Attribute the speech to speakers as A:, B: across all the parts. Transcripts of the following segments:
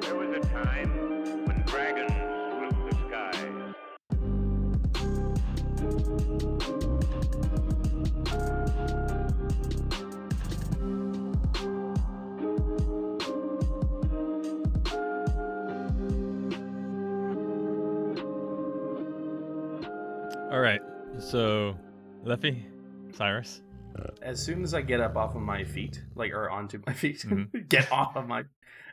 A: There was a time when dragons ruled the skies.
B: All right. So, Leffy, Cyrus.
C: as soon as I get up off of my feet, like or onto my feet,
B: Mhm.
C: get off of my.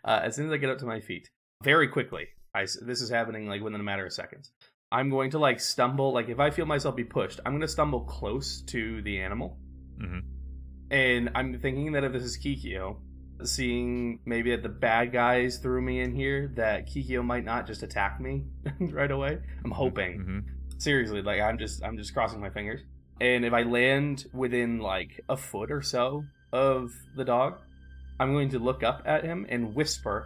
C: Uh, as soon as I get up to my feet, very quickly, I s- this is happening like within a matter of seconds. I'm going to like stumble. Like if I feel myself be pushed, I'm going to stumble close to the animal,
B: Mhm.
C: and I'm thinking that if this is Kikyo, seeing maybe that the bad guys threw me in here, that Kikyo might not just attack me right away. I'm hoping
B: Mhm.
C: seriously like i'm just i'm just crossing my fingers and if i land within like a foot or so of the dog i'm going to look up at him and whisper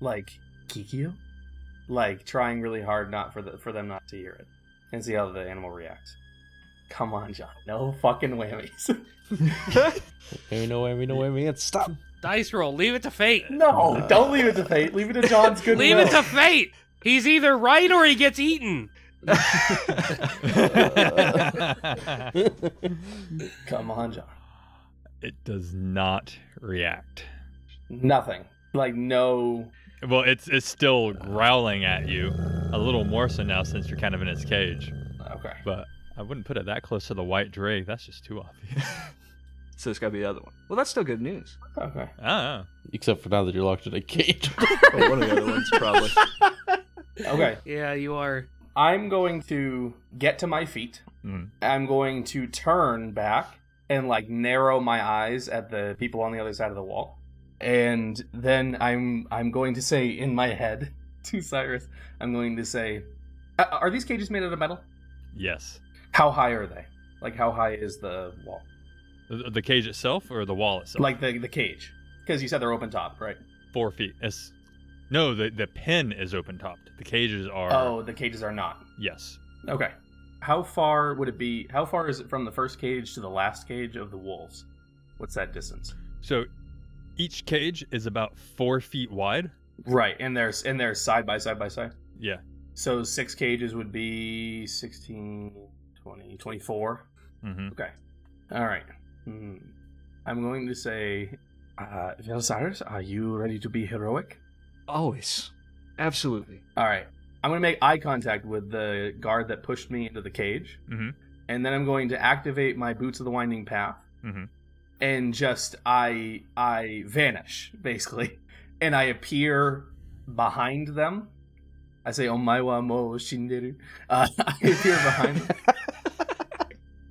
C: like kikyo like trying really hard not for the, for them not to hear it and see how the animal reacts come on john no fucking whammies
D: There no way, we know where we can stop.
E: Dice roll. Leave it to fate.
C: no don't leave it to fate leave it to john's good
E: Leave it to fate. He's either right or he gets eaten.
C: come on john
B: it does not react.
C: nothing like no
B: Well, it's it's still growling at you a little more so now since you're kind of in its cage.
C: okay
B: But I wouldn't put it that close to the white drake. That's just too obvious.
F: So it's got to be the other one. Well, that's still good news.
C: okay
B: Ah,
D: Except for now that you're locked in a cage.
F: Or one of the other ones, probably.
C: okay
E: Yeah, you are.
C: i'm going to get to my feet
B: Mm.
C: I'm going to turn back and like narrow my eyes at the people on the other side of the wall. And then I'm I'm going to say in my head to Cyrus, I'm going to say, "Uh, "Are these cages made out of metal?
B: yes.
C: How high are they? Like how high is the wall?
B: The, the cage itself or the wall itself?
C: Like the the cage? Because you said they're open top, right?
B: four feet. It's, no, the the pen is open topped. The cages are.
C: Oh, the cages are not.
B: Yes.
C: Okay. How far would it be? How far is it from the first cage to the last cage of the wolves? What's that distance?
B: So each cage is about four feet wide.
C: Right, and there's and they're side by side by side.
B: Yeah.
C: So six cages would be 16, 20, 24.
B: Mm-hmm.
C: All right. Hmm. I'm going to say, uh, Velisarius, are you ready to be heroic?
F: Always. Absolutely.
C: All right. I'm going to make eye contact with the guard that pushed me into the cage.
B: Mhm.
C: And then I'm going to activate my Boots of the Winding Path.
B: Mhm.
C: And just, I, I vanish, basically. And I appear behind them. I say, Omaiwa mo shinderu. Uh, I appear behind them.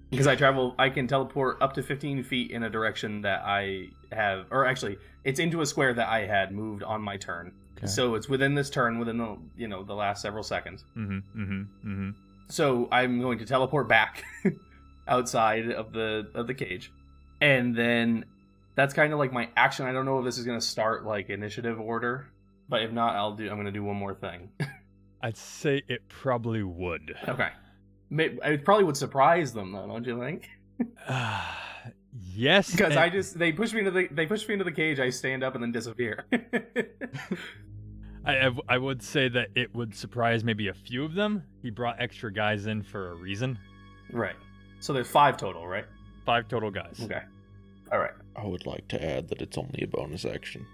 C: Because I travel, I can teleport up to 15 feet in a direction that I have, or actually, it's into a square that I had moved on my turn.
D: Okay.
C: So it's within this turn, within the you know the last several seconds.
B: Mm-hmm. Mm-hmm. Mm-hmm.
C: So I'm going to teleport back outside of the of the cage, and then that's kind of like my action. I don't know if this is going to start like initiative order, but if not, I'll do. I'm going to do one more thing.
B: I'd say it probably would.
C: okay, May- it probably would surprise them though, don't you think?
B: Ah, yes.
C: Oh. Because
B: and-
C: I just they push me into the they push me into the cage. I stand up and then disappear.
B: I, I w- I would say that it would surprise maybe a few of them. He brought extra guys in for a reason.
C: right. So there's five total, right?
B: Five total guys.
C: Okay. All right.
D: I would like to add that it's only a bonus action.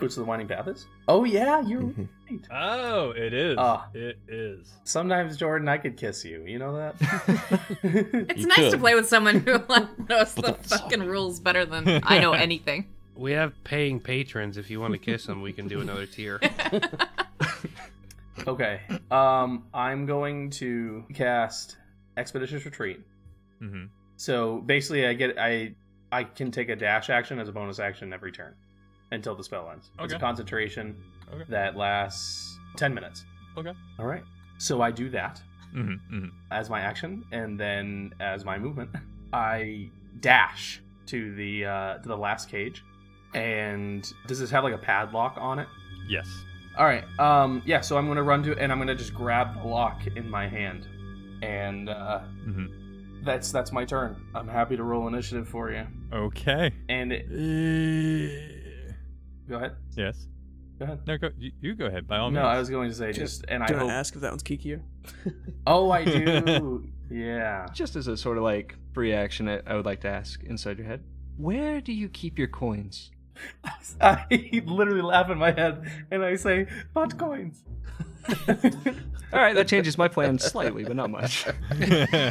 C: Boots of the Winding Path is. Oh yeah, you're
D: Mhm.
C: right.
B: Oh, it is.
C: Ah.
B: It is.
C: Sometimes, Jordan, I could kiss you. You know that?
G: It's
D: You
G: nice to
D: could.
G: play with someone who like, knows
D: But
G: the
D: that's all.
G: fucking rules better than I know anything.
E: We have paying patrons. If you want to kiss them, we can do another tier.
C: okay. Um, I'm going to cast Expeditious Retreat.
B: Mm-hmm.
C: So basically, I get I I can take a dash action as a bonus action every turn until the spell ends. It's a
B: Okay.
C: concentration
B: Okay.
C: that lasts ten minutes.
B: Okay.
C: All right. So I do that
B: Mm-hmm. mm-hmm.
C: as my action, and then as my movement, I dash to the uh, to the last cage. And does this have like a padlock on it?
B: Yes.
C: All right. Um. Yeah. So I'm gonna run to it, and I'm gonna just grab the lock in my hand, and uh,
B: Mm-hmm.
C: that's that's my turn. I'm happy to roll initiative for you.
B: Okay.
C: And it,
B: Eh,
C: go ahead.
B: Yes.
C: Go ahead.
B: No, go, you, you go ahead by all
C: No,
B: means.
C: I was going to say just, and I
H: do you want
C: hope.
H: to ask if that one's Kikier?
C: Oh, I do. yeah.
F: Just as a sort of like free action, I, I would like to ask inside your head, where do you keep your coins?
C: I literally laugh in my head and I say, "Pot coins."
F: All right, that changes my plan slightly, but not much.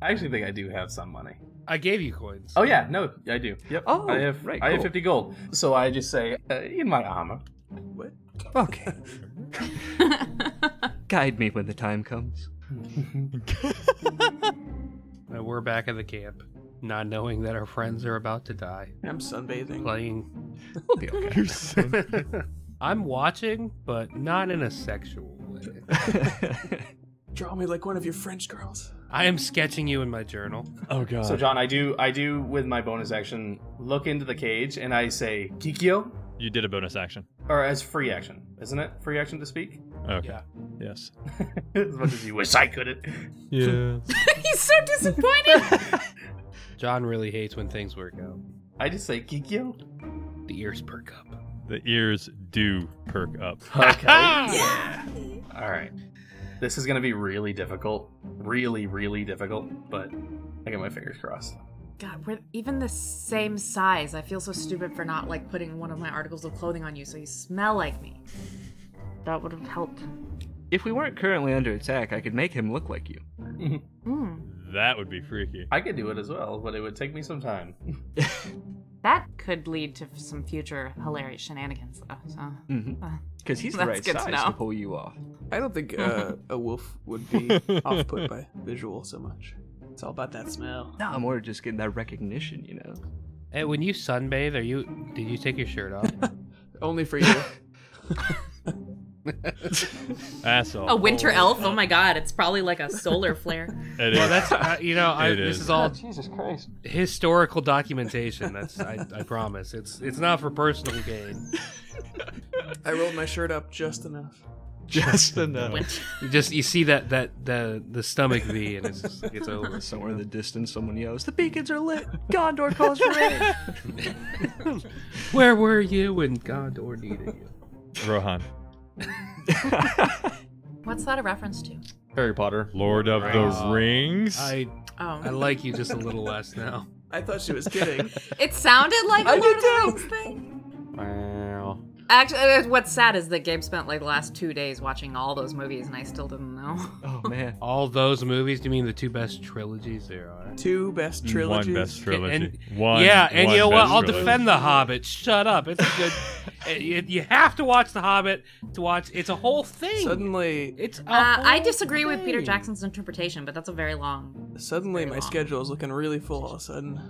C: I actually think I do have some money.
E: I gave you coins.
C: Oh yeah, no, I do. Yep.
F: Oh,
C: I have
F: right,
C: I have
F: cool.
C: fifty gold. So I just say, uh, "In my armor."
H: What?
F: Okay, guide me when the time comes.
E: Uh, We're back at the camp, not knowing that our friends are about to die.
H: I'm sunbathing.
E: Playing.
F: We'll be okay.
B: You're so-
E: I'm watching, but not in a sexual way.
H: Draw me like one of your French girls.
E: I am sketching you in my journal.
B: oh god.
C: So John, I do I do with my bonus action look into the cage and I say, "Kikyo,"
B: you did a bonus action.
C: or as free action, isn't it? Free action to speak.
B: Okay.
E: Yeah.
B: Yes.
C: as much as you wish I couldn't.
B: Yeah.
G: He's so disappointed.
E: John really hates when things work out.
C: I just say, "Kikyo."
E: The ears perk up.
B: the ears do perk up.
C: Okay. All right. This is going to be really difficult. Really, really difficult, but I got my fingers crossed.
G: God, we're even the same size. I feel so stupid for not like putting one of my articles of clothing on you so you smell like me. That would have helped.
F: if we weren't currently under attack, I could make him look like you.
G: Mm,
B: That would be freaky.
C: I could do it as well, but it would take me some time.
G: that could lead to some future hilarious shenanigans, though. So.
F: Because Mm-hmm. he's the
G: That's
F: right
G: good to
F: size
G: know.
F: to pull you off.
H: I don't think uh, a wolf would be off put by visual so much. It's all about that smell.
F: No, I'm more just getting that recognition, you know.
E: Hey, when you sunbathe, are you? Did you take your shirt off?
H: Only for you.
B: That's all.
G: A winter elf? Oh my god, it's probably like a solar flare.
B: It
E: well,
B: is.
E: that's uh, you know. I,
B: It
E: this
B: is.
E: is all
F: Jesus Christ.
E: historical documentation. That's I, I promise. It's it's not for personal gain.
H: I rolled my shirt up just enough.
F: Just enough.
G: Winter.
E: You just you see that that the the stomach V and it's just, it's over.
F: Somewhere in the distance, someone yells, The beacons are lit! Gondor calls for aid!
E: Where were you when Gondor needed you?
B: Rohan.
G: What's that a reference to?
D: Harry Potter.
B: Lord of the
E: Wow.
B: Rings.
E: I
G: Oh.
E: I like you just a little less now.
H: I thought she was kidding.
G: It sounded like a
H: I
G: Lord of
H: did
G: the
H: too.
G: Rings thing.
D: Wow.
G: Actually, uh, what's sad is that Gabe spent like the last two days watching all those movies, and I still didn't know.
F: Oh, man.
E: All those movies. Do you mean the two best trilogies there are?
H: Two best trilogies.
B: One best trilogy.
E: And-
B: one.
E: yeah, and
B: one
E: you know what?
B: best
E: I'll
B: trilogy.
E: defend The Hobbit. Shut up. It's a good. eh, you, you have to watch The Hobbit to watch. It's a whole thing.
H: Suddenly,
E: it's. A
G: Uh, I
E: whole
G: disagree with Peter
E: thing.
G: Jackson's interpretation, but that's a very long.
H: Suddenly,
G: Very
H: my
G: long.
H: schedule is looking really full all of a sudden.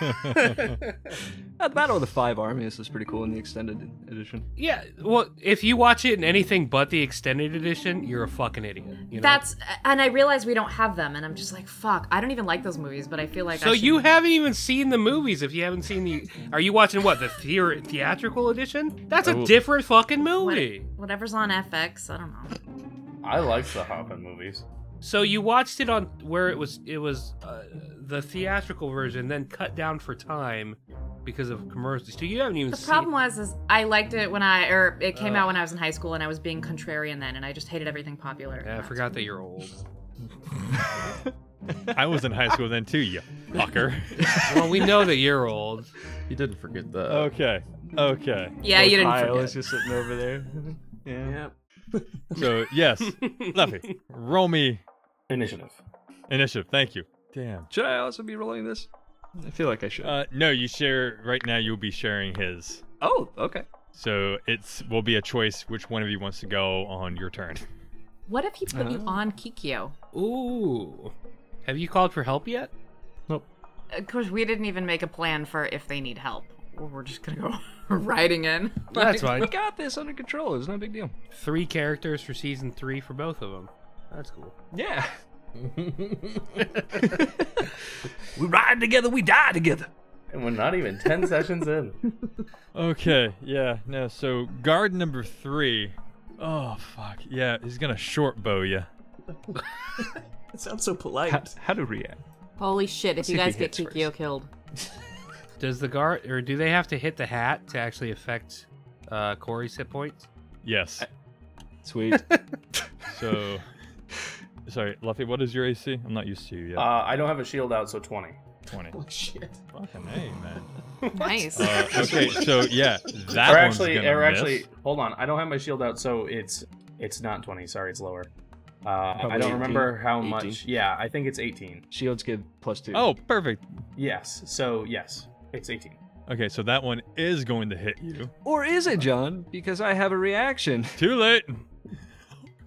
F: Uh, The Battle of the Five Armies was pretty cool in the extended edition.
E: Yeah. Well, if you watch it in anything but the extended edition, you're a fucking idiot. You know?
G: That's uh, and I realize we don't have them, and I'm just like, fuck. I don't even like those movies, but I feel like
E: So
G: I should-
E: you haven't even seen the movies. If you haven't seen the, are you watching what the theor- theatrical edition? That's a different fucking movie.
G: whatever's on FX. I don't know.
C: I like the Hoppin movies.
E: So you watched it on where it was it was uh, the theatrical version, then cut down for time because of commercials. So you haven't even
G: The
E: seen.
G: problem was is I liked it when I or it
E: Uh.
G: came out when I was in high school, and I was being contrarian then, and I just hated everything popular.
E: Yeah, I forgot that you're old.
B: I was in high school then too, you fucker.
E: well, we know that you're old.
D: You didn't forget that.
B: okay. Okay.
G: Yeah, you didn't.
F: Kyle
G: forget.
F: is just sitting over there. yeah.
H: Yeah.
B: So yes, Leffy, roll me
C: Initiative.
B: initiative. Thank you. Damn.
F: Should I also be rolling this? I feel like I should.
B: Uh, no, you share right now. You'll be sharing his.
F: oh, okay.
B: So it's will be a choice which one of you wants to go on your turn.
G: What if he put you
E: Uh-huh.
G: on Kikyo?
E: Ooh, have you called for help yet?
G: Of course, we didn't even make a plan for if they need help. We're just gonna go riding in.
E: That's fine.
F: I got this under control. It's no big deal.
E: Three characters for season three for both of them. That's cool.
F: Yeah. we ride together, we die together.
C: And we're not even 10 sessions in.
B: Okay, yeah, no, so guard number three. Oh, fuck. Yeah, he's gonna short bow you.
H: It sounds so polite.
F: How to react?
G: Holy shit! If
F: see
G: you
F: if he
G: guys get
F: hits
G: Kikyo
F: first.
G: killed,
E: Does the guard or do they have to hit the hat to actually affect uh, Corey's hit points?
B: Yes.
F: Sweet.
B: So, sorry, Luffy. What is your AC? I'm not used to you yet.
C: Uh, I don't have a shield out, so 20.
B: Twenty.
H: Oh, shit.
B: Fucking hey, man.
G: Nice.
B: Uh, okay, so yeah, that
C: or
B: one's
C: actually,
B: gonna
C: or
B: miss.
C: actually, hold on. I don't have my shield out, so it's it's not 20. Sorry, it's lower. Uh, I don't
D: 18,
C: remember how
D: 18.
C: much. Yeah, I think it's 18.
F: Shields give plus two.
B: Oh, perfect.
C: Yes. So yes, it's 18.
B: Okay, so that one is going to hit you.
F: Or is it, John? Because I have a reaction.
B: Too late.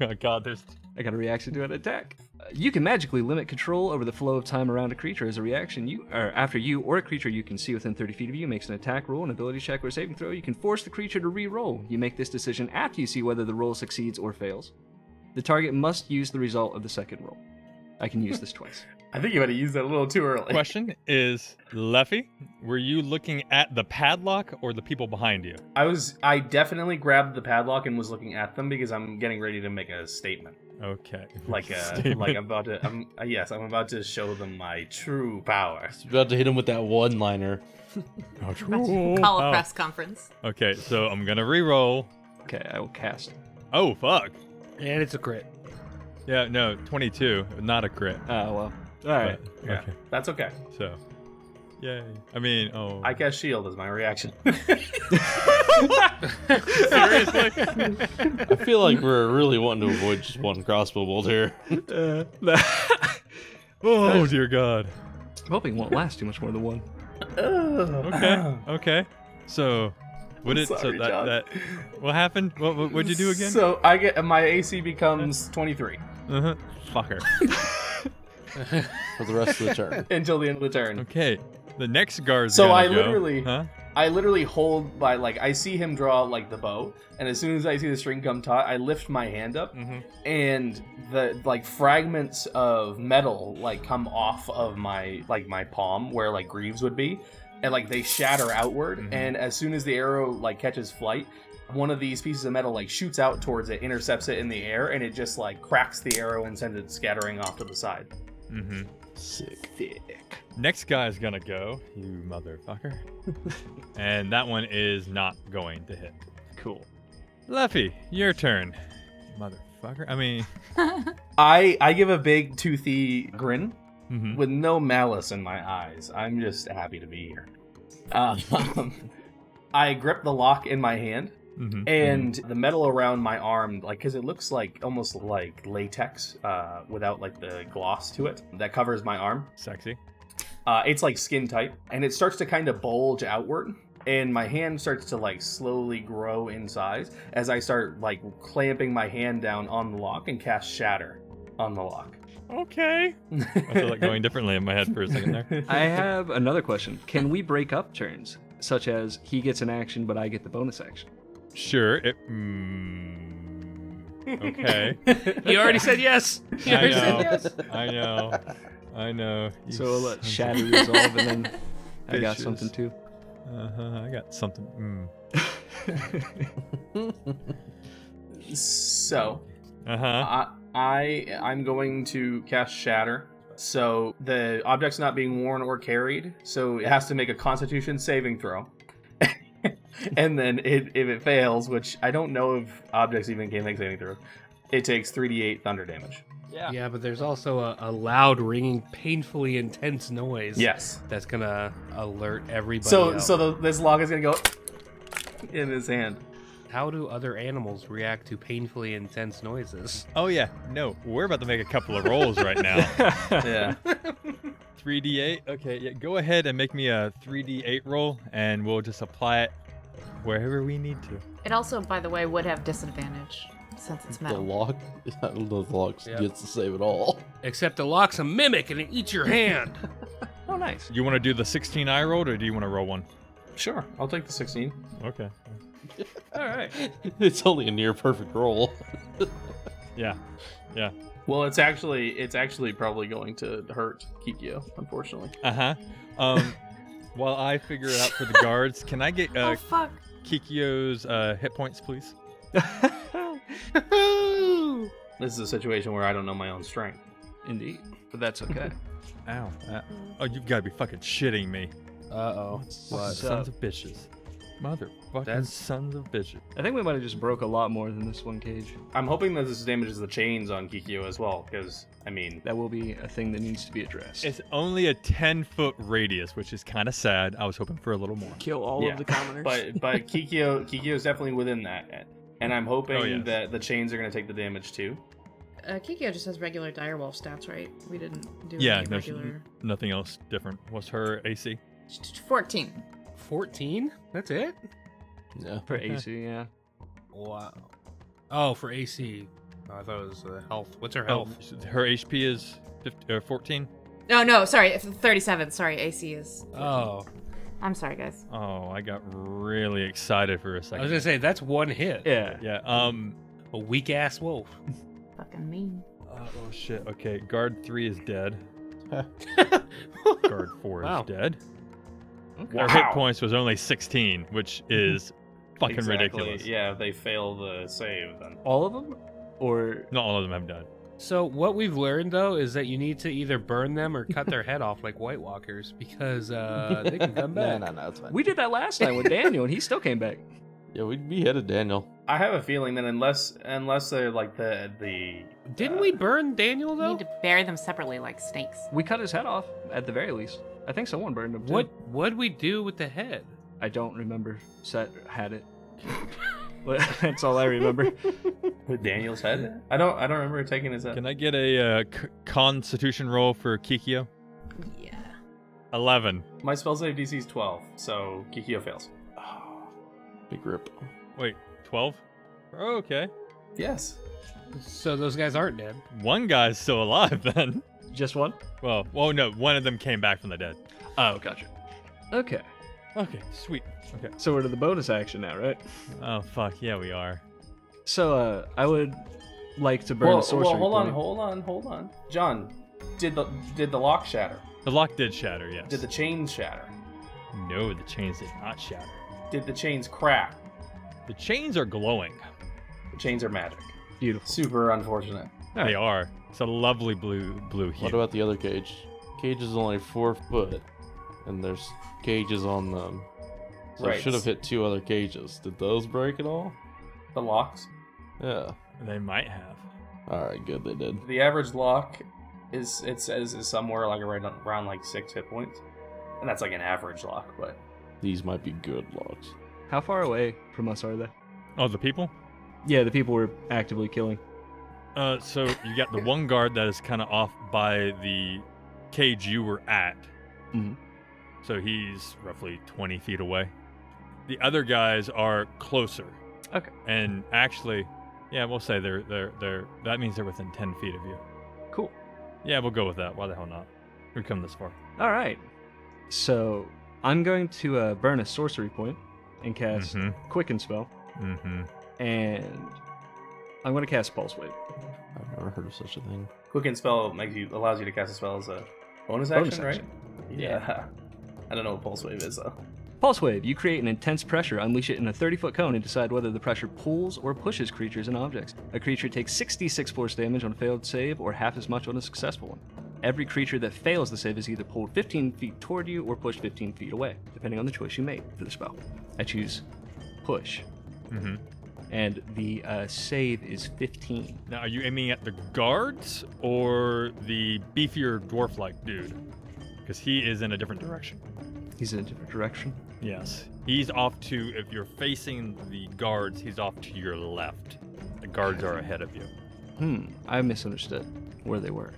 B: oh God, there's.
F: I got a reaction to an attack. Uh, you can magically limit control over the flow of time around a creature as a reaction. You or after you or a creature you can see within 30 feet of you makes an attack roll, an ability check, or a saving throw. You can force the creature to re-roll. You make this decision after you see whether the roll succeeds or fails. The target must use the result of the second roll. I can use this twice.
C: I think you might have used that a little too early.
B: Question is, Leffy, were you looking at the padlock or the people behind you?
C: I was. I definitely grabbed the padlock and was looking at them because I'm getting ready to make a statement.
B: Okay.
C: Like a,
B: Statement.
C: like I'm about to. I'm, uh, yes, I'm about to show them my true power.
D: About to hit him with that one liner.
B: Oh,
G: Call
F: Uh,
G: a
F: oh,
G: press conference.
B: Okay, so I'm gonna re-roll.
F: Okay, I will cast.
B: Oh fuck.
E: And it's a crit.
B: Yeah, no, 22, not a crit.
F: Oh well. All right.
B: But-
C: Yeah,
B: Okay,
C: that's okay.
B: so, yay. I mean, oh.
C: I cast shield as my reaction.
D: I feel like we're really wanting to avoid just one crossbow bolt here.
F: Uh, I'm
B: oh dear God.
F: hoping it won't last too much more than one.
B: Okay. Okay. So, what did
C: sorry,
B: so
C: John.
B: that, that what happened? What what would you do again?
C: So I get my AC becomes 23
B: uh-huh. Fucker.
D: For the rest of the turn.
C: until the end of the turn.
B: Okay. The next guard's
C: So
B: gonna
C: I
B: go.
C: literally-
B: Huh?
C: I literally hold by like I see him draw like the bow, and as soon as I see the string come taut, I lift my hand up, and the like fragments of metal like come off of my like my palm where like greaves would be, and like they shatter outward. And as soon as the arrow like catches flight, one of these pieces of metal like shoots out towards it, intercepts it in the air, and it just like cracks the arrow and sends it scattering off to the side.
B: Mm-hmm.
D: Sick.
B: Next guy's gonna go. You motherfucker. and that one is not going to hit.
F: Cool.
B: Leffy, your turn. Motherfucker. I mean,
C: I I give a big toothy grin
B: mhm.
C: with no malice in my eyes. I'm just happy to be here. Um, I grip the lock in my hand,
B: Mhm.
C: and the metal around my arm, like, because it looks like almost like latex uh, without like the gloss to it that covers my arm.
B: sexy.
C: Uh, it's like skin tight, and it starts to kind of bulge outward. And my hand starts to like slowly grow in size as I start like clamping my hand down on the lock and cast shatter on the lock.
B: Okay. I feel like going differently in my head for a second there.
F: I have another question. Can we break up turns, such as he gets an action but I get the bonus action?
B: Sure. It. Mm, okay.
E: You already said yes. You
B: I
E: already said
B: know.
E: yes.
B: I know. I know. You
F: So we'll let
B: sons of-
F: shatter resolve, and then I got
B: Bitches.
F: something too.
B: Uh-huh, I got something. Mm.
C: so
B: Uh-huh.
C: I, I I'm going to cast Shatter. So the object's not being worn or carried, so it has to make a Constitution saving throw. and then it, if it fails, which I don't know if objects even can make saving throws, it takes 3d8 thunder damage.
E: Yeah, but there's also a, a loud, ringing, painfully intense noise.
C: Yes.
E: That's gonna alert everybody.
C: So
E: else.
C: so the, this log is gonna go in his hand.
E: how do other animals react to painfully intense noises?
B: Oh yeah. No, we're about to make a couple of rolls right now.
C: Yeah.
B: 3d8. Okay, yeah, go ahead and make me a 3d8 roll and we'll just apply it wherever we need to.
G: It also, by the way, would have disadvantage since it's
D: The
G: metal.
D: lock, I don't know if the lock
E: Yeah.
D: gets to save at all.
E: Except the lock's a mimic and it eats your hand.
F: Oh, nice.
B: You want to do the 16 eye roll or do you want to roll one?
C: Sure, I'll take the 16.
B: Okay.
F: All right.
D: It's only a near perfect roll.
B: Yeah. Yeah.
C: Well, it's actually it's actually probably going to hurt Kikyo, unfortunately.
B: Uh-huh. Um while I figure it out for the guards, can I get
G: Oh
B: uh,
G: fuck!
B: Kikyo's uh, hit points please?
C: This is a situation where I don't know my own strength.
F: Indeed. But that's okay.
B: Ow. Uh, oh, you've got to be fucking shitting me.
E: Uh oh.
F: What's
B: sons
F: up?
B: of bitches. Motherfucking
E: That's-
B: sons of bitches.
F: I think we might have just broke a lot more than this one cage.
C: I'm hoping that this damages the chains on Kikyo as well, because I mean,
F: That will be a thing that needs to be addressed.
B: It's only a 10 foot radius, which is kind of sad. I was hoping for a little more.
H: Kill all
C: Yeah,
H: of the commoners.
C: but but Kikyo Kikyo is definitely within that, and I'm hoping
B: Oh, yes.
C: that the chains are gonna take the damage too.
G: Uh, Kikyo just has regular direwolf stats, right? We didn't do
B: Yeah,
G: any
B: no, she-
G: regular.
B: nothing else different. What's her AC?
G: Fourteen.
E: 14? That's it?
D: Yeah.
F: for AC, yeah.
E: Wow. Oh, for AC. Oh, I thought it was uh, health. What's her health?
B: Oh, her HP is 15, uh, 14.
G: No, no, sorry, it's thirty-seven. Sorry, AC is.
E: Oh.
G: I'm sorry, guys.
B: Oh, I got really excited for a
E: I
B: second.
E: was going to say, that's one hit.
F: Yeah.
B: yeah. Um.
E: A weak ass wolf.
G: Fucking mean.
B: uh, oh shit. Okay. Guard three is dead. Guard four
E: Wow.
B: is dead.
F: Okay.
B: Our hit points was only 16, which is fucking
C: Exactly.
B: ridiculous.
C: Yeah, if they fail the save, then
F: All of them? Or
B: Not all of them have died.
E: So, what we've learned, though, is that you need to either burn them or cut their head off like White Walkers because uh, they can come
D: no,
E: back.
D: no, no, it's fine.
F: we did that last night with Daniel and he still came back.
D: yeah, we beheaded Daniel.
C: I have a feeling that unless unless they're like the the uh,
E: Didn't we burn Daniel,
G: You
E: though?
G: need to bury them separately like snakes.
F: We cut his head off, at the very least. I think someone burned him. too.
E: What what'd we do with the head?
F: I don't remember. Set had it. but that's all I remember.
C: with Daniel's head. I don't I don't remember taking his head.
B: Can I get a uh, c- Constitution roll for Kikyo?
G: Yeah.
B: 11.
C: My spell save DC is 12, so Kikyo fails.
D: Big rip.
B: Wait, 12? Okay.
C: Yes.
E: So those guys aren't dead.
B: One guy's still alive then.
F: Just one?
B: Well, oh no, one of them came back from the dead.
F: Oh, gotcha. Okay.
B: Okay, sweet. Okay.
F: So we're to the bonus action now, right?
B: Oh fuck, yeah, we are.
F: So uh I would like to burn
C: well,
F: a sorcery
C: well, hold
F: point.
C: on, hold on, hold on. John, did the did the lock shatter?
B: The lock did shatter, yes.
C: Did the chains shatter?
B: No, the chains did not shatter.
C: Did the chains crack?
B: The chains are glowing.
C: The chains are magic.
F: Beautiful.
C: Super unfortunate.
B: They are. It's a lovely blue blue hue.
D: What about the other cage? Cage is only four foot, and there's cages on them. So
C: Right.
D: I should have hit two other cages. Did those break at all?
C: The locks.
D: Yeah.
B: they might have.
D: All right, good. They did.
C: The average lock is it says is somewhere like right around like six hit points, and that's like an average lock. But
D: These might be good logs.
F: How far away from us are they?
B: Oh, the people?
F: Yeah, the people we're actively killing.
B: Uh so you got the one guard that is kinda off by the cage you were at.
F: Mhm.
B: So he's roughly twenty feet away. The other guys are closer.
F: Okay.
B: And actually yeah, we'll say they're they're they're that means they're within ten feet of you.
F: Cool.
B: Yeah, we'll go with that. Why the hell not? We've come this far.
F: All right. So I'm going to uh, burn a sorcery point and cast
B: Mhm.
F: Quicken Spell,
B: Mm-hmm.
F: and I'm going to cast Pulse Wave.
D: I've never heard of such a thing.
C: quicken spell makes you allows you to cast a spell as a bonus action,
F: Bonus
C: right?
F: action.
C: Yeah. I don't know what pulse wave is though.
F: Pulse Wave, you create an intense pressure, unleash it in a 30 foot cone, and decide whether the pressure pulls or pushes creatures and objects. A creature takes 66 force damage on a failed save or half as much on a successful one. Every creature that fails the save is either pulled 15 feet toward you or pushed 15 feet away, depending on the choice you make for the spell. I choose push,
B: Mm-hmm.
F: and the uh, save is 15.
B: Now, are you aiming at the guards or the beefier dwarf-like dude? Because he is in a different direction.
F: He's in a different direction.
B: Yes, he's off to. If you're facing the guards, he's off to your left. The guards are ahead of you.
F: Hmm, I misunderstood where they were.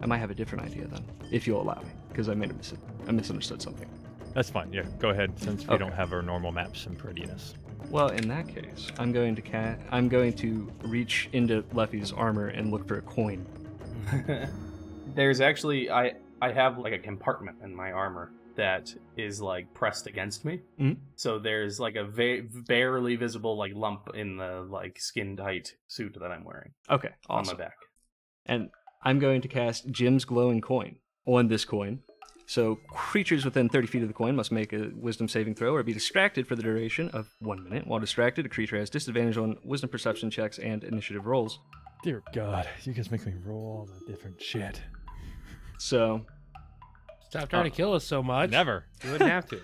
F: I might have a different idea then, if you'll allow me, because I made a mis- I misunderstood something.
B: That's fine. Yeah, go ahead. Since we
F: Okay.
B: don't have our normal maps and prettiness.
F: Well, in that case, I'm going to ca- I'm going to reach into Leffy's armor and look for a coin.
C: There's actually I I have like a compartment in my armor that is like pressed against me.
F: Mhm.
C: So there's like a va- barely visible like lump in the like skin tight suit that I'm wearing
F: Okay,
C: on
F: awesome.
C: Oh, my back.
F: And I'm going to cast Jim's glowing coin on this coin. So creatures within 30 feet of the coin must make a wisdom saving throw or be distracted for the duration of one minute. While distracted, a creature has disadvantage on wisdom perception checks and initiative rolls.
B: Dear God, you guys make me roll all the different shit.
F: So
E: Stop trying to
D: Uh,
E: kill us so much.
B: Never.
E: You wouldn't have to.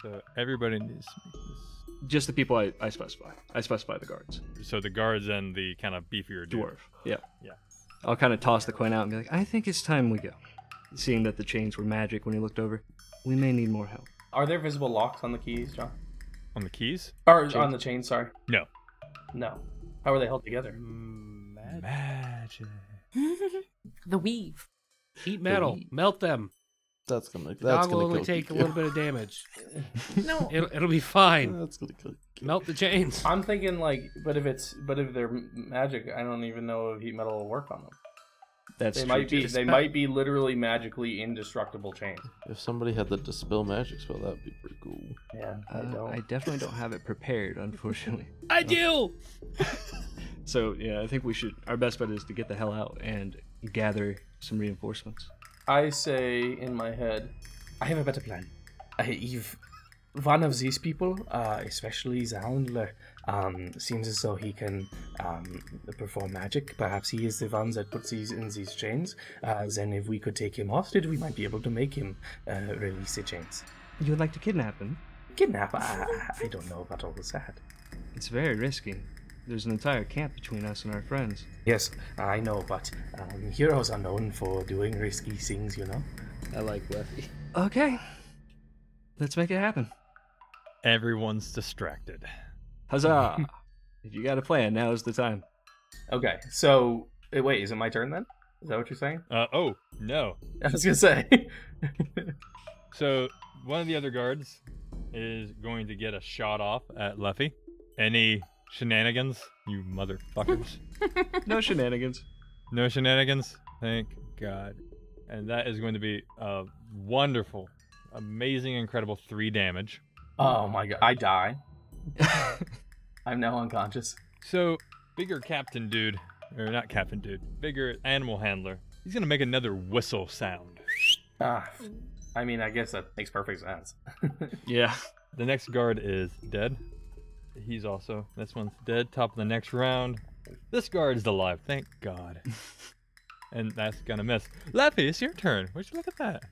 B: So everybody needs to make this.
F: Just the people I, I specify. I specify the guards.
B: So the guards and the kind of beefier dude.
F: Dwarf. Yeah.
B: Yeah.
F: I'll kind of toss the coin out and be like, I think it's time we go. Seeing that the chains were magic when he looked over, we may need more help.
C: Are there visible locks on the keys, John?
B: On the keys?
C: Or on the chain, sorry. Mm.
B: No.
C: No. How are they held together?
B: Magic.
G: The weave.
E: Heat metal. Melt them.
D: That's gonna.
E: The
D: that's
E: dog will
D: gonna
E: only
D: kill
E: take a
D: you.
E: little bit of damage.
G: No.
E: It'll, it'll be fine.
D: That's gonna kill. you.
E: Melt the chains.
C: I'm thinking like, but if it's, but if they're m- magic, I don't even know if heat metal will work on them.
F: That's
C: they
F: true.
C: might be,
F: too.
C: they might be literally magically indestructible chains.
D: If somebody had the dispel magic spell, that'd be pretty cool.
C: Yeah,
F: Uh, I definitely don't have it prepared, unfortunately.
E: I do.
F: So yeah, I think we should. Our best bet is to get the hell out and gather some reinforcements.
C: I say in my head, I have a better plan. Uh, if one of these people, uh, especially the handler, um, seems as though he can um, perform magic, perhaps he is the one that puts these in these chains. Uh, then, if we could take him hostage, we might be able to make him uh, release the chains.
F: You would like to kidnap him?
C: Kidnap? I, I don't know about all of that.
F: It's very risky. There's an entire camp between us and our friends.
C: Yes, I know, but um, heroes are known for doing risky things, you know.
D: I like Leffy.
F: Okay, let's make it happen.
B: Everyone's distracted.
F: Huzzah! if you got a plan, now is the time.
C: Okay, so uh, wait, is it my turn then? Is that what you're saying?
B: Uh, oh, no.
C: I was gonna say.
B: So one of the other guards is going to get a shot off at Luffy. Any shenanigans, you motherfuckers?
F: No shenanigans.
B: no shenanigans? Thank God. And that is going to be a wonderful, amazing, incredible three damage.
C: oh my god, I die. I'm now unconscious.
B: So, bigger captain dude, or not captain dude, bigger animal handler, he's going to make another whistle sound.
C: Ah, I mean, I guess that makes perfect sense.
F: Yeah.
B: The next guard is dead. He's also, this one's dead, top of the next round. This guard is alive, thank God. and that's gonna miss. Lappy, it's your turn. Would you look at that?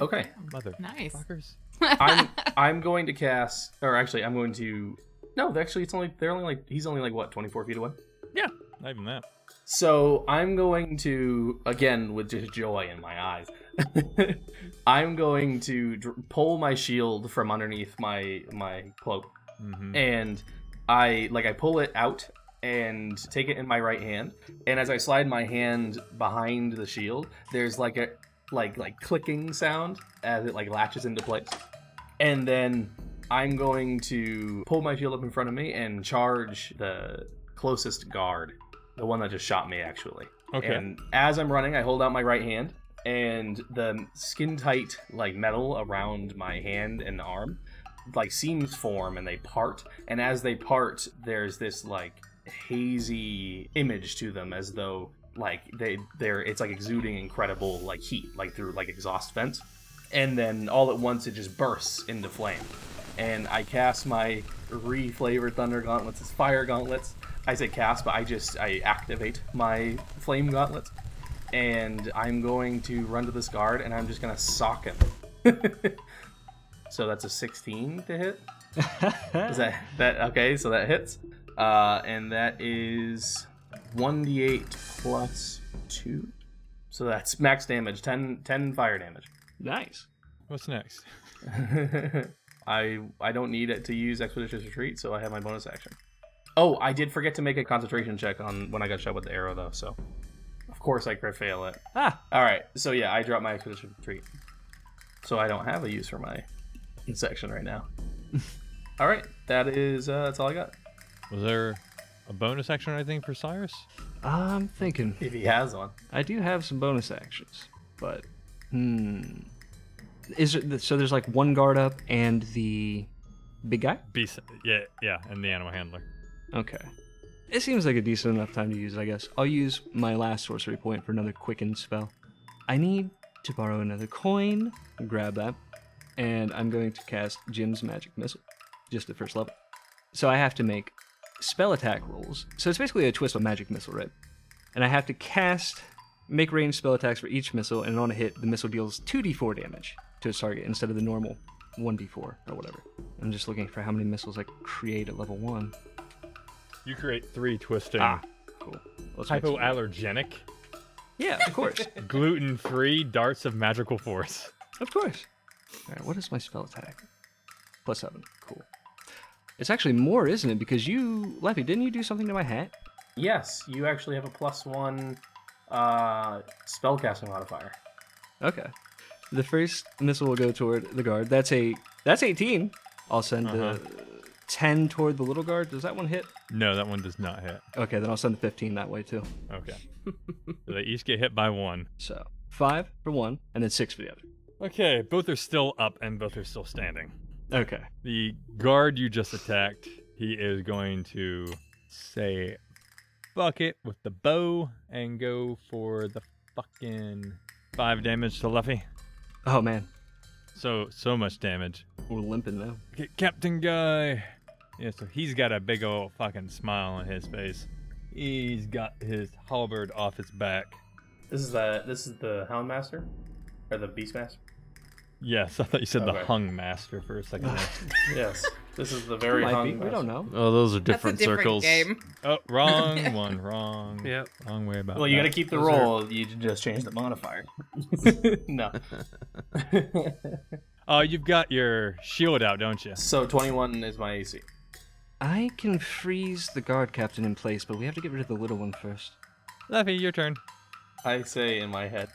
C: okay,
B: Mother
G: Nice.
B: fuckers.
C: I'm I'm going to cast, or actually, I'm going to. No, actually, it's only they're only like he's only like what 24 feet away.
B: Not even that.
C: So I'm going to again with just joy in my eyes. I'm going to dr- pull my shield from underneath my my cloak
B: hmm
C: and I like I pull it out and take it in my right hand, and as I slide my hand behind the shield, there's like a like like clicking sound as it like latches into place, and then I'm going to pull my shield up in front of me and charge the closest guard, the one that just shot me actually.
B: Okay.
C: And as I'm running, I hold out my right hand, and the skin tight like metal around my hand and arm like seams form and they part and as they part there's this like hazy image to them as though like they they're it's like exuding incredible like heat like through like exhaust vents and then all at once it just bursts into flame and i cast my re-flavored thunder gauntlets as fire gauntlets i say cast but i just i activate my flame gauntlets and i'm going to run to this guard and i'm just gonna sock him So that's a 16 to hit. is that that okay? So that hits, uh, and that is 1d8 plus two. So that's max damage, 10, 10 fire damage.
F: Nice.
B: What's next?
C: I I don't need it to use expeditious retreat, so I have my bonus action. Oh, I did forget to make a concentration check on when I got shot with the arrow, though. So, of course, I crit fail it.
F: Ah.
C: All right. So yeah, I dropped my expedition retreat, so I don't have a use for my section right now. all right, that is uh, that's all I got.
B: Was there a bonus action or anything for Cyrus?
F: I'm thinking.
C: If he has one,
F: I do have some bonus actions, but hmm. Is it, so? There's like one guard up and the big guy.
B: Beast. Yeah, yeah, and the animal handler.
F: Okay. It seems like a decent enough time to use, I guess. I'll use my last sorcery point for another quicken spell. I need to borrow another coin, grab that, and I'm going to cast Jim's Magic Missile, just at first level. So I have to make spell attack rolls. So it's basically a twist on Magic Missile, right? And I have to cast Make ranged spell attacks for each missile, and on a hit, the missile deals 2d4 damage to its target instead of the normal 1d4 or whatever. I'm just looking for how many missiles I create at level 1.
B: You create three twisting.
F: Ah, cool. Let's make some-
B: Hypoallergenic,
F: Yeah, of course.
B: gluten free darts of magical force.
F: Of course. All right, what is my spell attack? Plus seven. Cool. It's actually more, isn't it? Because you, Leffy, didn't you do something to my hat?
C: Yes, you actually have a plus one uh, spellcasting modifier.
F: Okay. The first missile will go toward the guard. That's a that's 18. I'll send the 10 toward the little guard. Does that one hit?
B: No, that one does not hit.
F: Okay, then I'll send the 15 that way too.
B: Okay. so they each get hit by one.
F: So five for one, and then six for the other.
B: Okay, both are still up and both are still standing.
F: Okay.
B: The guard you just attacked, he is going to say fuck it with the bow and go for the fucking five damage to Luffy.
F: Oh man,
B: So so much damage.
F: we're limping now.
B: Okay, Captain Guy. Yeah, so he's got a big old fucking smile on his face. He's got his halberd off his back.
C: This is the this is the Houndmaster or the Beastmaster.
B: Yes, I thought you said the
C: Okay.
B: hung master for a second. there.
C: Yes, this is the very
F: Might be.
C: Houndmaster.
F: We don't know.
D: Oh, those are
G: That's a
D: different
G: different
D: circles.
G: game.
B: oh, wrong one, wrong.
E: Yep.
B: Wrong way about
C: Well, you
B: that.
C: got to keep the roll. You just change the modifier. no.
B: Oh, you've got your shield out, don't you?
C: so twenty-one is my AC.
F: I can freeze the guard captain in place, but we have to get rid of the little one first.
B: Leffy, your turn.
C: I say in my head,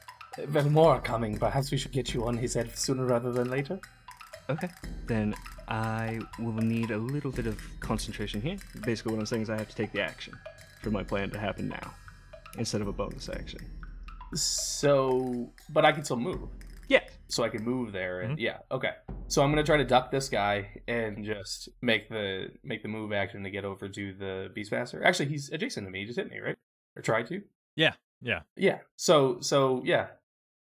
C: "Well, more are coming. Perhaps we should get you on his head sooner rather than later."
F: Okay. Then I will need a little bit of concentration here. Basically, what I'm saying is I have to take the action for my plan to happen now instead of a bonus action.
C: So, but I can still move.
F: Yeah.
C: so I can move there. And yeah, okay. So I'm gonna try to duck this guy and just make the make the move action to get over to the Beastmaster. Actually, he's adjacent to me. He just hit me, right? Or tried to.
B: Yeah, yeah.
C: Yeah. So so yeah,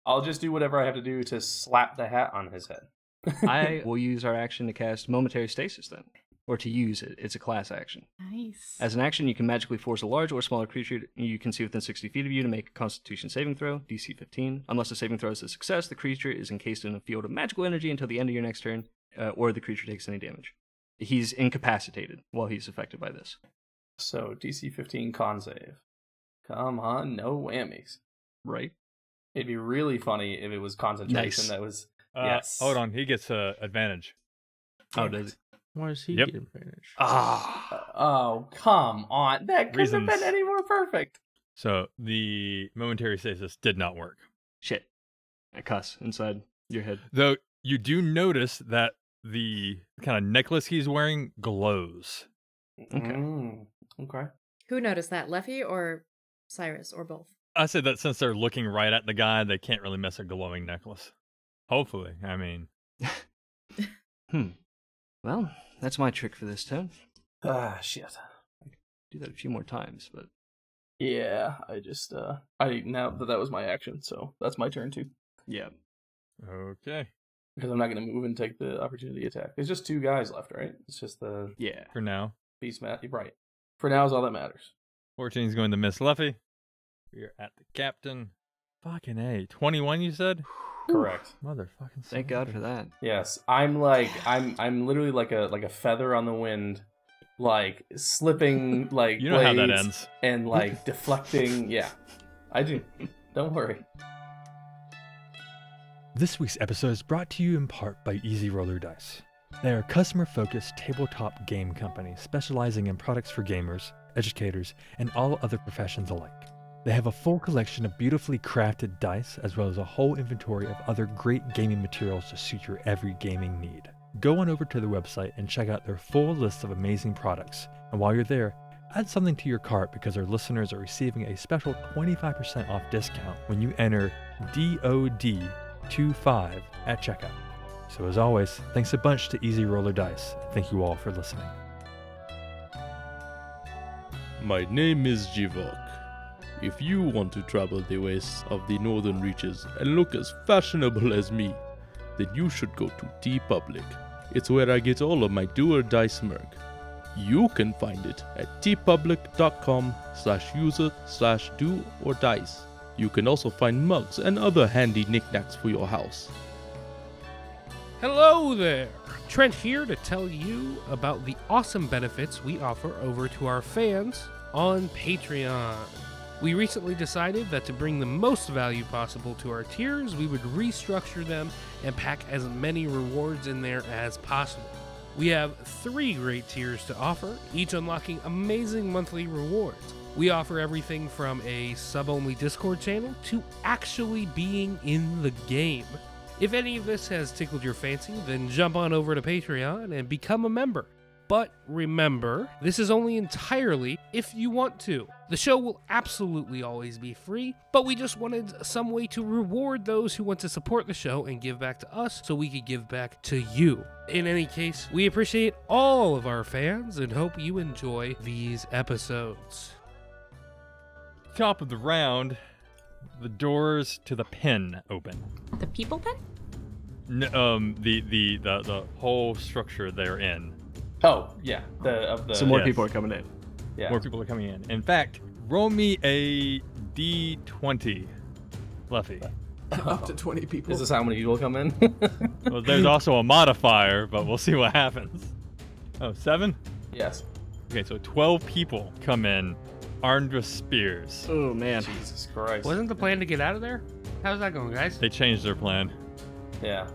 C: I'll just do whatever I have to do to slap the hat on his head.
F: I will use our action to cast momentary stasis then, or to use it. It's a class action.
G: Nice.
F: As an action, you can magically force a large or smaller creature you can see within 60 feet of you to make a Constitution saving throw, DC 15. Unless the saving throw is a success, the creature is encased in a field of magical energy until the end of your next turn, uh, or the creature takes any damage. He's incapacitated while he's affected by this.
C: So DC 15 con save. Come on, no whammies.
F: Right?
C: It'd be really funny if it was concentration
F: Nice.
C: that was.
B: Uh,
C: Yes.
B: Hold on, he gets uh, advantage.
F: Oh, does it?
D: Why is he
B: Yep.
D: getting advantage?
F: Ah.
C: Oh come on! That couldn't have
B: Reasons.
C: been any more perfect.
B: So the momentary stasis did not work.
F: Shit. I cuss inside your head.
B: Though you do notice that the kind of necklace he's wearing glows.
F: Okay.
C: Mm, okay.
I: Who noticed that, Leffy or Cyrus or both?
B: I said that since they're looking right at the guy, they can't really miss a glowing necklace. Hopefully, I mean,
F: Well, that's my trick for this turn.
C: Ah, shit.
F: Do that a few more times, but
C: Yeah, I just, uh, I, now that that was my action, so that's my turn too.
F: yeah.
B: okay.
C: Because I'm not going to move and take the opportunity attack. There's just two guys left, right? It's just the
F: Yeah.
B: For now,
C: beast mat. Right. For now is all that matters.
B: 14 is going to miss Luffy. We are at the captain. Fucking A. 21, you said?
C: Correct.
B: Motherfucking
F: Thank God for that.
C: Yes, I'm like, I'm, I'm literally like a, like a feather on the wind, like slipping, like
B: You know how that
C: blades
B: ends.
C: and like deflecting. Yeah, I do. Don't worry.
B: This week's episode is brought to you in part by Easy Roller Dice. They are a customer focused tabletop game company specializing in products for gamers, educators, and all other professions alike. They have a full collection of beautifully crafted dice as well as a whole inventory of other great gaming materials to suit your every gaming need. Go on over to their website and check out their full list of amazing products. And while you're there, add something to your cart because our listeners are receiving a special 25% off discount when you enter DOD 25 at checkout. So, as always, thanks a bunch to Easy Roller Dice. Thank you all for listening.
D: My name is Jivok. If you want to travel the wastes of the northern reaches and look as fashionable as me, then you should go to T Public. It's where I get all of my do or die smirk. You can find it at tpublic.com slash user slash do or dice. You can also find mugs and other handy knickknacks for your house.
E: Hello there! Trent here to tell you about the awesome benefits we offer over to our fans on Patreon. We recently decided that to bring the most value possible to our tiers, we would restructure them and pack as many rewards in there as possible. We have three great tiers to offer, each unlocking amazing monthly rewards. We offer everything from a sub only Discord channel to actually being in the game. If any of this has tickled your fancy, then jump on over to Patreon and become a member. But remember, this is only entirely if you want to. The show will absolutely always be free, but we just wanted some way to reward those who want to support the show and give back to us so we could give back to you. In any case, we appreciate all of our fans and hope you enjoy these episodes.
B: Top of the round, the doors to the pen open.
I: The people pen?
B: N- um, the, the the the whole structure they're in.
C: Oh yeah, the of the
F: So more
B: yes.
F: people are coming in.
C: yeah.
B: More people are coming in. In fact, roll me a d20, Luffy.
H: Up to 20 people.
C: Is this how many people come in?
B: Well, there's also a modifier, but we'll see what happens. Oh, seven?
C: yes.
B: Okay, so 12 people come in armed with spears.
F: Oh man.
C: Jesus Christ.
E: Wasn't the plan to get out of there? How's that going, guys?
B: They changed their plan.
C: Yeah.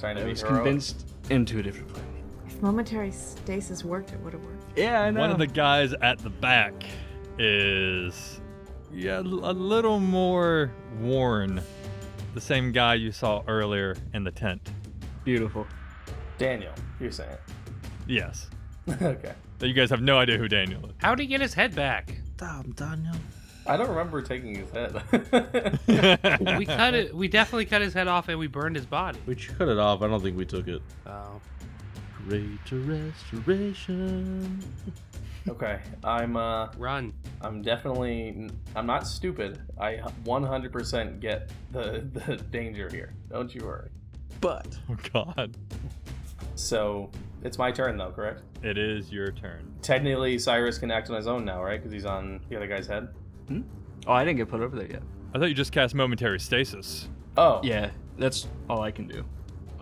C: Trying to
F: I
C: be
F: was
C: heroic.
F: convinced into a different plan.
G: If momentary stasis worked, it would have worked.
F: Yeah, I know.
B: One of the guys at the back is yeah, a little more worn. The same guy you saw earlier in the tent.
F: beautiful.
C: Daniel, you're saying.
B: Yes.
C: it. okay.
B: You guys have no idea who Daniel
E: How'd he get his head back?
H: Damn, Daniel.
C: I don't remember taking his head.
B: is.
E: we cut it. We definitely cut his head off, and we burned his body.
D: We cut it off. I don't think we took it.
E: Oh,
D: Great restoration.
C: okay. I'm uh
E: run!
C: I'm definitely I'm not stupid. I 100% get the the danger here. Don't you worry.
H: But
B: oh, God.
C: So, it's my turn though, correct?
B: It is your turn.
C: Technically Cyrus can act on his own now, right? Cuz he's on the other guy's head.
F: Oh, I didn't get put over there yet.
B: I thought you just cast momentary stasis.
C: Oh.
F: Yeah, that's all I can do.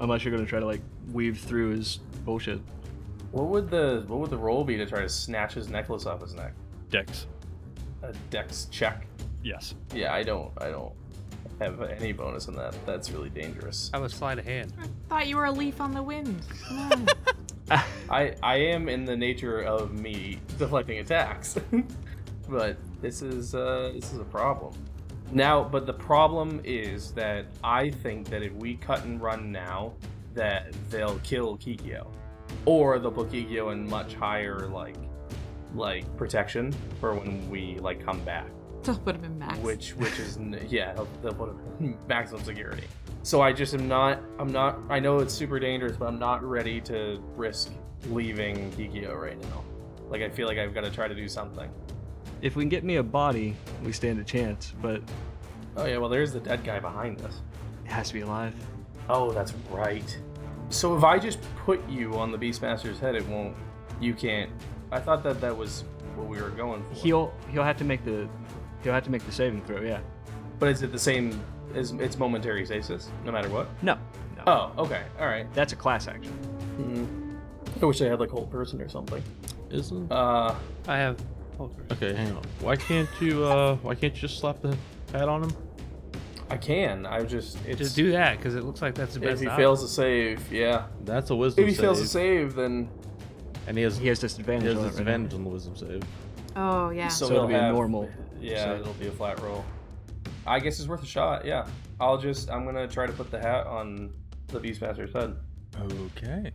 F: Unless you're gonna try to like weave through his bullshit.
C: What would the what would the roll be to try to snatch his necklace off his neck?
B: Dex.
C: A dex check.
B: Yes.
C: Yeah, I don't I don't have any bonus on that. That's really dangerous.
E: I was sleight of hand.
G: I thought you were a leaf on the wind. Come on.
C: I I am in the nature of me deflecting attacks, but this is uh, this is a problem. Now, but the problem is that I think that if we cut and run now, that they'll kill Kikyo, or they'll put Kikyo in much higher like like protection for when we like come back
G: that would have been max.
C: which which is n- yeah they'll, they'll put a maximum security so i just am not i'm not i know it's super dangerous but i'm not ready to risk leaving Kikyo right now like i feel like i've got to try to do something
F: If we can get me a body, we stand a chance, but
C: oh yeah well there's the dead guy behind us
F: it has to be alive.
C: oh that's right so if i just put you on the beastmaster's head it won't you can't i thought that that was what we were going for
F: He'll he'll have to make the he'll have to make the saving throw, yeah.
C: but is it the same as it's momentary stasis no matter what
F: No. No.
C: oh okay all right
F: That's a class action.
C: i wish i had like whole person or something
D: Isn't
C: uh
E: I have.
D: okay? Hang on. Why can't you? Uh, why can't you just slap the hat on him?
C: I can. I just it's,
E: Just do that because it looks like that's the best.
C: if he
E: option.
C: fails to save, yeah.
D: That's a wisdom
C: If he
D: save.
C: fails to save, then
D: and he has
F: He has disadvantage.
D: he has
F: on it right now.
D: disadvantage on the wisdom save.
G: Oh yeah.
F: So it'll
C: we'll
F: be a
C: have-
F: normal.
C: Yeah,
F: save.
C: it'll be a flat roll. I guess it's worth a shot. Yeah, I'll just I'm gonna try to put the hat on the Beastmaster's head.
B: Okay.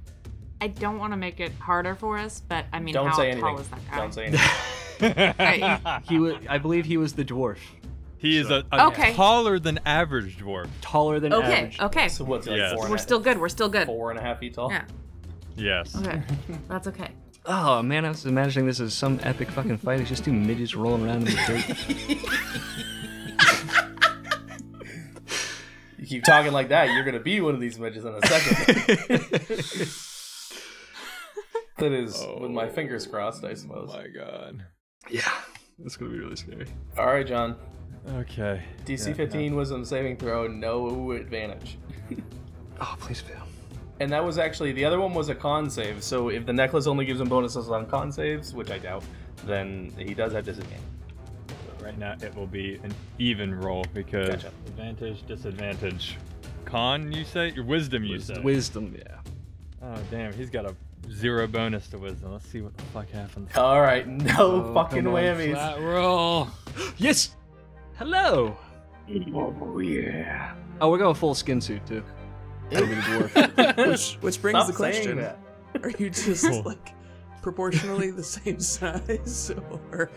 G: I don't want to make it harder for us, but I mean,
C: Don't
G: how
C: say
G: tall
C: anything.
G: is that guy?
C: Don't say anything.
G: Right.
F: He was, I believe he was the dwarf,
B: He is a, a
G: Okay.
B: taller than average dwarf.
F: taller than
G: okay. oh.
F: average.
G: Okay.
C: so what's it, like
B: Yes.
C: four and
G: We're
C: a-
G: still good. We're still good.
C: four and a half feet tall.
G: Yeah.
B: Yes.
G: Okay. That's okay.
F: Oh man, I was imagining this as some epic fucking fight. It's just two midgets rolling around in the dirt.
C: You keep talking like that, you're gonna be one of these midges in a second.
B: Oh
C: that is with my fingers crossed, I suppose.
B: God.
F: yeah. That's gonna be really scary.
C: All right, John.
B: Okay.
C: DC
B: Yeah,
C: 15 was on saving throw, no advantage.
F: Oh, please fail.
C: And that was actually the other one was a con save. So if the necklace only gives him bonuses on con saves, which I doubt, then he does have disadvantage.
B: Right now, it will be an even roll because
C: Gotcha.
B: advantage, disadvantage. Con, you say? Your wisdom, you say?
F: Wisdom, yeah.
B: oh, damn. He's got a zero bonus to wisdom. Let's see what the fuck happens.
C: All right, no
F: Oh,
C: fucking
F: come on,
C: whammies.
E: Flat roll.
F: Yes! Hello!
C: Oh yeah.
F: Oh, we're going full skin suit, too. That'll be the dwarf.
H: Which which brings
C: Stop
H: the
C: saying
H: question:
C: that.
H: Are you just like proportionally the same size, or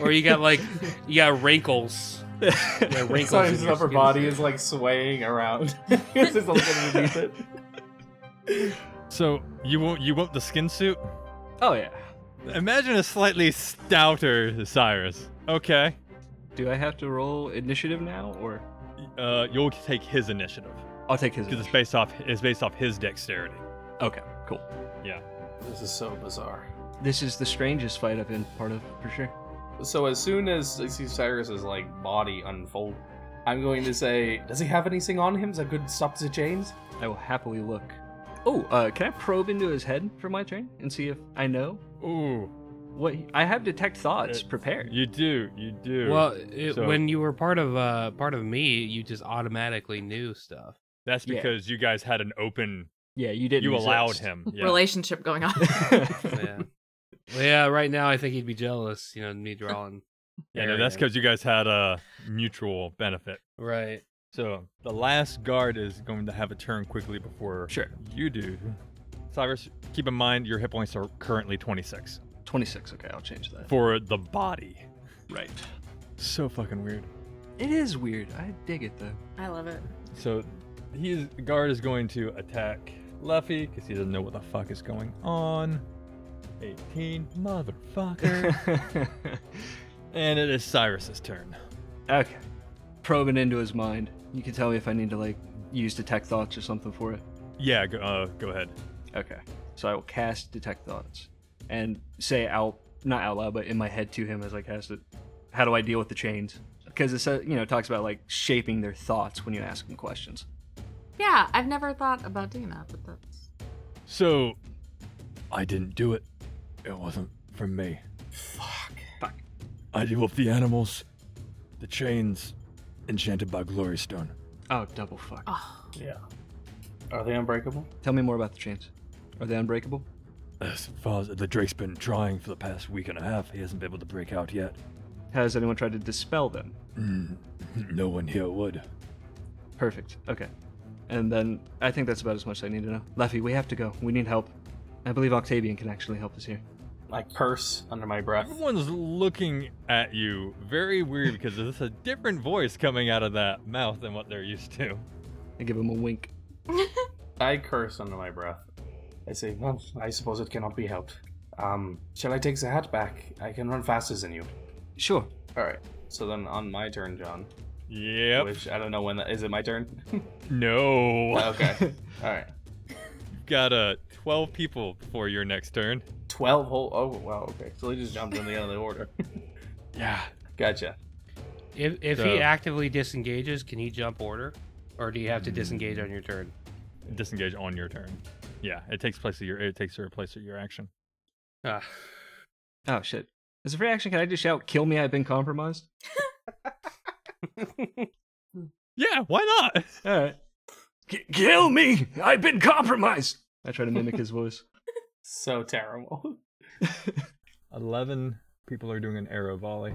E: or you got like, you got wrinkles. You got wrinkles.
C: So
E: in
C: his
E: your
C: upper
E: skin.
C: body is like swaying around. It's just a little underneath it.
B: So, you want, you want the skin suit?
F: oh, yeah.
B: Imagine a slightly stouter Cyrus. Okay.
F: Do I have to roll initiative now, or?
B: Uh, you'll take his initiative
F: I'll take his.
B: because it's
F: initiative.
B: based off it's based off his dexterity.
F: Okay, cool.
B: Yeah.
C: This is so bizarre.
F: This is the strangest fight I've been part of, for sure.
C: So as soon as I see Cyrus's like body unfold, I'm going to say, does he have anything on him that could stop the chains?
F: I will happily look. Oh, uh, can I probe into his head for my turn and see if I know
B: Ooh.
F: what he- I have? Detect thoughts
B: Uh,
F: prepared.
B: You do. You do.
E: Well, it,
B: So-
E: when you were part of uh part of me, you just automatically knew stuff.
B: that's
F: yeah.
B: because you guys had an open.
F: yeah, you didn't.
B: You allowed
F: resist.
B: him. Yeah.
G: Relationship going on.
E: Yeah. Well, yeah, right now I think he'd be jealous, you know, me drawing.
B: Yeah, no, that's
E: area.
B: because you guys had a mutual benefit.
E: Right.
B: So the last guard is going to have a turn quickly before
F: Sure.
B: you do. Cyrus, keep in mind your hit points are currently 26
F: Twenty-six. Okay, I'll change that.
B: for the body.
F: Right.
B: So fucking weird.
F: It is weird. I dig it though.
G: I love it.
B: So he's guard is going to attack Luffy because he doesn't know what the fuck is going on. 18, motherfucker. and it is Cyrus's turn.
F: okay. Probing into his mind. You can tell me if I need to like use detect thoughts or something for it.
B: Yeah, go, uh, go ahead.
F: Okay. So I will cast Detect Thoughts and say out, not out loud, but in my head to him as I cast it. How do I deal with the chains? Because it says, you know, it talks about like shaping their thoughts when you ask them questions.
G: Yeah, I've never thought about doing that, but that's
B: So I didn't do it. It wasn't from me.
F: Fuck.
B: I deal with the animals, the chains enchanted by Glory Stone.
F: Oh, double fuck.
C: Yeah. Are they unbreakable?
F: Tell me more about the chains. Are they unbreakable?
B: As far as the Drake's been trying for the past week and a half, he hasn't been able to break out yet.
F: Has anyone tried to dispel them?
B: No one here would.
F: Perfect. Okay. And then I think that's about as much as I need to know. Leffy, we have to go. We need help. I believe Octavian can actually help us here.
C: I curse under my breath.
B: Everyone's looking at you very weird because there's a different voice coming out of that mouth than what they're used to.
F: I give him a wink.
C: I curse under my breath. I say, well, I suppose it cannot be helped. Um, shall I take the hat back? I can run faster than you.
F: Sure.
C: All right. So then on my turn, John.
B: Yep.
C: Which I don't know when that is. It my turn.
B: No.
C: okay. All right.
B: You've got uh, 12 people before your next turn.
C: Twelve whole. Oh wow. Okay. So they just jumped in the end of the order.
B: Yeah.
C: gotcha.
E: If if
B: So-
E: he actively disengages, can he jump order, or do you have to disengage on your turn?
B: Disengage on your turn. Yeah, it takes place of your it takes your place of your action.
E: Ah.
F: Oh, shit. As a free action, can I just shout, kill me, I've been compromised?
B: Yeah, why not?
F: All right. kill me! I've been compromised. I try to mimic his voice.
C: So terrible.
B: 11 people are doing an arrow volley.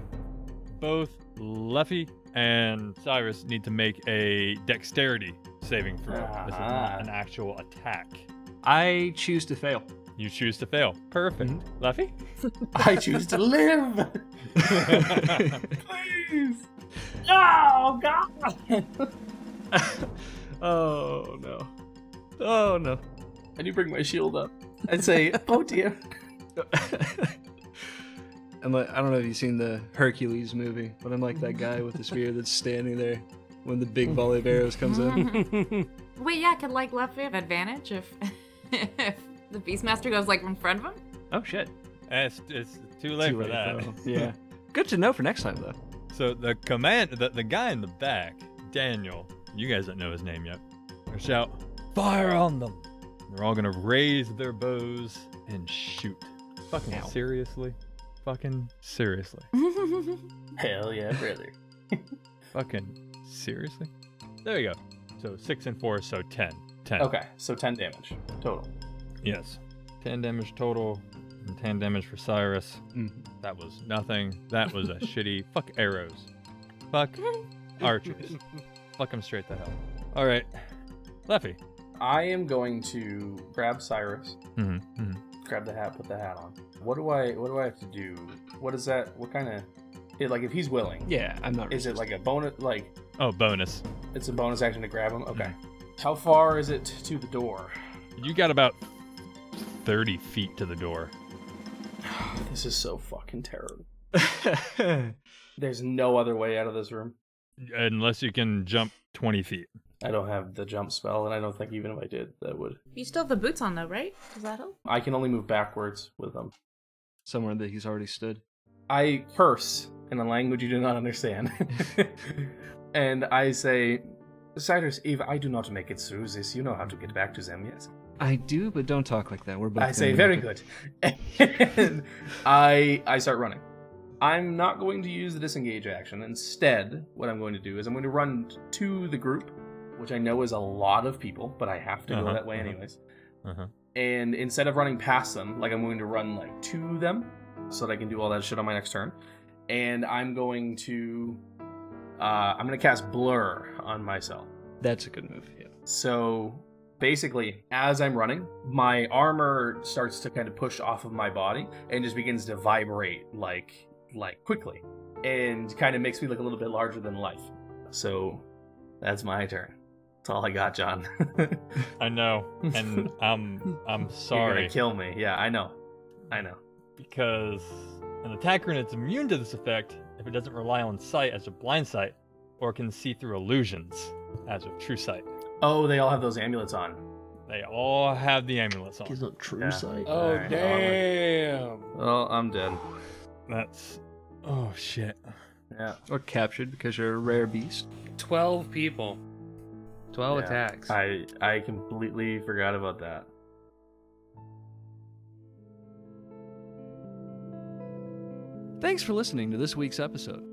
B: Both Luffy and Cyrus need to make a dexterity saving throw. This is
C: Ah.
B: not an actual attack.
F: I choose to fail.
B: You choose to fail. Perfect. Luffy?
C: I choose to live. Please. Oh God.
F: oh no. Oh no.
C: And you bring my shield up and say, "Oh dear."
F: I'm like, I don't know if you've seen the Hercules movie, but I'm like that guy with the spear that's standing there when the big volley of arrows comes in.
G: Wait, yeah, could like Luffy have advantage if if the Beastmaster goes like in front of him?
F: oh shit.
B: It's, it's too loo late
F: Too
B: for
F: late,
B: that.
F: though. Yeah. Good to know for next time, though.
B: So the command, the, the guy in the back, Daniel, you guys don't know his name yet, will shout, fire on them. They're all gonna raise their bows and shoot. Fucking
F: Ow.
B: seriously? Fucking seriously?
C: Hell yeah, brother.
B: Fucking seriously? There you go. So six and four, so ten. Ten.
C: Okay, so 10 damage total.
B: Yes. Ten damage total and ten damage for Cyrus.
F: Mhm.
B: That was nothing. That was a shitty. Fuck arrows. Fuck archers. Fuck them straight the hell. All right. Leffy.
C: I am going to grab Cyrus,
B: hmm
C: grab the hat, put the hat on. What do I what do I have to do? What is that? What kind of it like if he's willing?
F: Yeah, I'm not.
C: Is it like a bonus like
B: Oh, bonus.
C: it's a bonus action to grab him? Okay. How far is it to the door?
B: You got about 30 feet to the door.
C: This is so fucking terrible.
F: resistant.
C: There's no other way out of this room.
B: Unless you can jump 20 feet.
C: I don't have the jump spell, and I don't think even if I did, that would.
G: you still have the boots on though, right? Does that help?
C: I can only move backwards with them.
F: somewhere that he's already stood.
C: I curse in a language you do not understand. and I say, Cyrus, if I do not make it through this, you know how to get back to them, yes?
F: I do, but don't talk like that. We're both.
C: I say,
F: gonna
C: very
F: make
C: good. and I, I start running. I'm not going to use the disengage action. Instead, what I'm going to do is I'm going to run to the group, which I know is a lot of people, but I have to go
B: Uh-huh,
C: that way
B: uh-huh.
C: anyways.
B: Uh-huh.
C: and instead of running past them, like I'm going to run like to them, so that I can do all that shit on my next turn. And I'm going to, uh, I'm going to cast Blur on myself.
F: it. That's a good move. Yeah.
C: So basically, as I'm running, my armor starts to kind of push off of my body and just begins to vibrate like, like quickly, and kind of makes me look a little bit larger than life. So that's my turn. That's all I got, John.
B: I know. And I'm I'm
C: You're gonna
B: sorry
C: kill me. Yeah, I know. I know.
B: because an attacker and it's immune to this effect if it doesn't rely on sight as a blind sight or can see through illusions as a true sight.
C: Oh, they all have those amulets on.
B: They all have the amulets on.
H: He's not true
C: Yeah.
H: sight.
C: All
E: Oh
C: right.
E: damn!
C: Oh, I'm dead.
B: That's oh shit.
C: Yeah.
F: Or captured because you're a rare beast.
E: Twelve people. Twelve
C: Yeah.
E: attacks.
C: I I completely forgot about that.
F: Thanks for listening to this week's episode.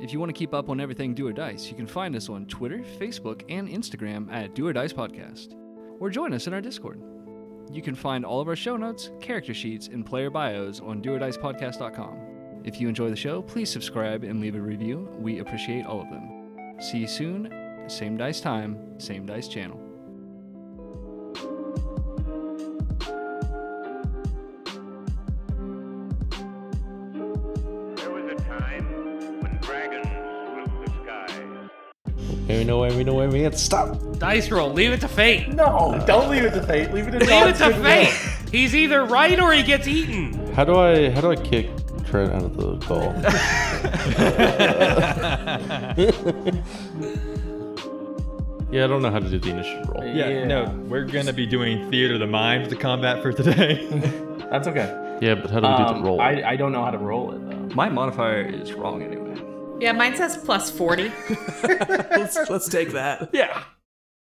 F: If you want to keep up on everything Do or Dice, you can find us on Twitter, Facebook, and Instagram at Do or Dice Podcast, or join us in our Discord. You can find all of our show notes, character sheets, and player bios on doordicepodcast.com. If you enjoy the show, please subscribe and leave a review. We appreciate all of them. See you soon, same dice time, same dice channel.
A: There was a time when dragons ruled the skies.
J: Here we know where we know where we get stop.
E: Dice roll. Leave it to fate.
C: No, don't leave it to fate. Leave it to
E: Leave it to fate. He's either right or he gets eaten.
J: How do I how do I kick Trent out of the goal? yeah, I don't know how to do the initiative roll.
B: Yeah,
C: Yeah.
B: no, we're gonna be doing theater of the mind to combat for today.
C: That's okay.
J: Yeah, but how do we do the
C: Um,
J: roll?
C: I I don't know how to roll it though.
F: My modifier is wrong anyway.
I: Yeah, mine says plus 40.
H: let's, let's take that.
F: Yeah.